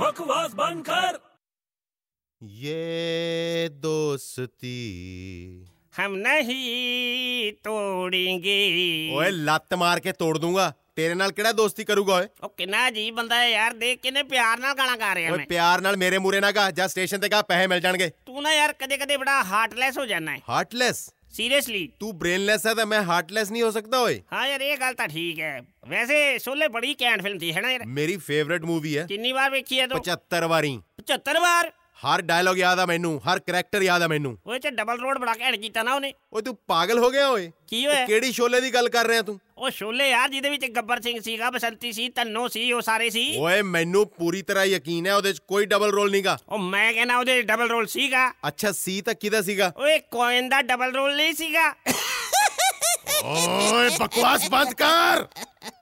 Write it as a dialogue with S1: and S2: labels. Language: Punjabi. S1: बकवास बंद कर
S2: ये दोस्ती
S3: हम नहीं ਤੋੜेंगे
S2: ਓਏ ਲੱਤ ਮਾਰ ਕੇ ਤੋੜ ਦੂੰਗਾ ਤੇਰੇ ਨਾਲ ਕਿਹੜਾ ਦੋਸਤੀ ਕਰੂਗਾ ਓਏ
S3: ਉਹ ਕਿੰਨਾ ਜੀ ਬੰਦਾ ਹੈ ਯਾਰ ਦੇਖ ਕਿੰਨੇ ਪਿਆਰ ਨਾਲ ਗਾਣਾ ਗਾ ਰਿਹਾ
S2: ਓਏ
S3: ਮੈਂ
S2: ਪਿਆਰ ਨਾਲ ਮੇਰੇ ਮੂਰੇ ਨਾ ਗਾ ਜਾਂ ਸਟੇਸ਼ਨ ਤੇ ਗਾ ਪੈਸੇ ਮਿਲ ਜਾਣਗੇ
S3: ਤੂੰ ਨਾ ਯਾਰ ਕਦੇ ਕਦੇ ਬੜਾ ਹਾਰਟਲੈਸ ਹੋ ਜਾਣਾ ਹੈ
S2: ਹਾਰਟਲੈਸ
S3: ਸੀਰੀਅਸਲੀ
S2: ਤੂੰ ਬ੍ਰੇਨਲੈਸ ਹੈ ਤਾਂ ਮੈਂ ਹਾਰਟਲੈਸ ਨਹੀਂ ਹੋ ਸਕਦਾ ਓਏ
S3: ਹਾਂ ਯਾਰ ਇਹ ਗੱਲ ਤਾਂ ਠੀਕ ਹੈ ਵੈਸੇ ਸ਼ੋਲੇ ਬੜੀ ਕੈਂਟ ਫਿਲਮ ਸੀ ਹੈ ਨਾ ਯਾਰ
S2: ਮੇਰੀ ਫੇਵਰਿਟ ਮੂਵੀ ਹੈ
S3: ਕਿੰਨੀ ਵਾਰ ਵੇਖੀ ਹੈ ਤੂੰ
S2: 75 ਵਾਰੀ
S3: 75 ਵਾਰ
S2: ਹਰ ਡਾਇਲੋਗ ਯਾਦ ਆ ਮੈਨੂੰ ਹਰ ਕਰੈਕਟਰ ਯਾਦ ਆ ਮੈਨੂੰ
S3: ਉਹ ਚ ਡਬਲ ਰੋਡ ਬੜਾ ਘੈਂਟ ਕੀਤਾ ਨਾ ਉਹਨੇ
S2: ਓਏ ਤੂੰ ਪਾਗਲ ਹੋ ਗਿਆ ਓਏ
S3: ਕੀ
S2: ਤੂੰ
S3: ਹੋਇਆ
S2: ਕਿਹੜੀ ਸ਼ੋਲੇ ਦੀ ਗੱਲ ਕਰ ਰਿਹਾ ਤੂੰ
S3: ਉਹ ਸ਼ੋਲੇ ਯਾਰ ਜਿਹਦੇ ਵਿੱਚ ਗੱਬਰ ਸਿੰਘ ਸੀਗਾ ਬਸੰਤੀ ਸੀ ਤੰਨੋ ਸੀ ਉਹ ਸਾਰੇ ਸੀ
S2: ਓਏ ਮੈਨੂੰ ਪੂਰੀ ਤਰ੍ਹਾਂ ਯਕੀਨ ਹੈ ਉਹਦੇ 'ਚ ਕੋਈ ਡਬਲ ਰੋਲ ਨਹੀਂਗਾ
S3: ਉਹ ਮੈਂ ਕਹਿੰਦਾ ਉਹਦੇ ਡਬਲ ਰੋਲ ਸੀਗਾ
S2: ਅੱਛਾ ਸੀ ਤਾਂ ਕਿਹਦਾ ਸੀਗਾ
S3: ਓਏ ਕੋਇਨ ਦਾ ਡਬਲ ਰੋਲ ਨਹੀਂ ਸੀਗਾ
S2: ਓਏ ਬਕਵਾਸ ਬੰਦ ਕਰ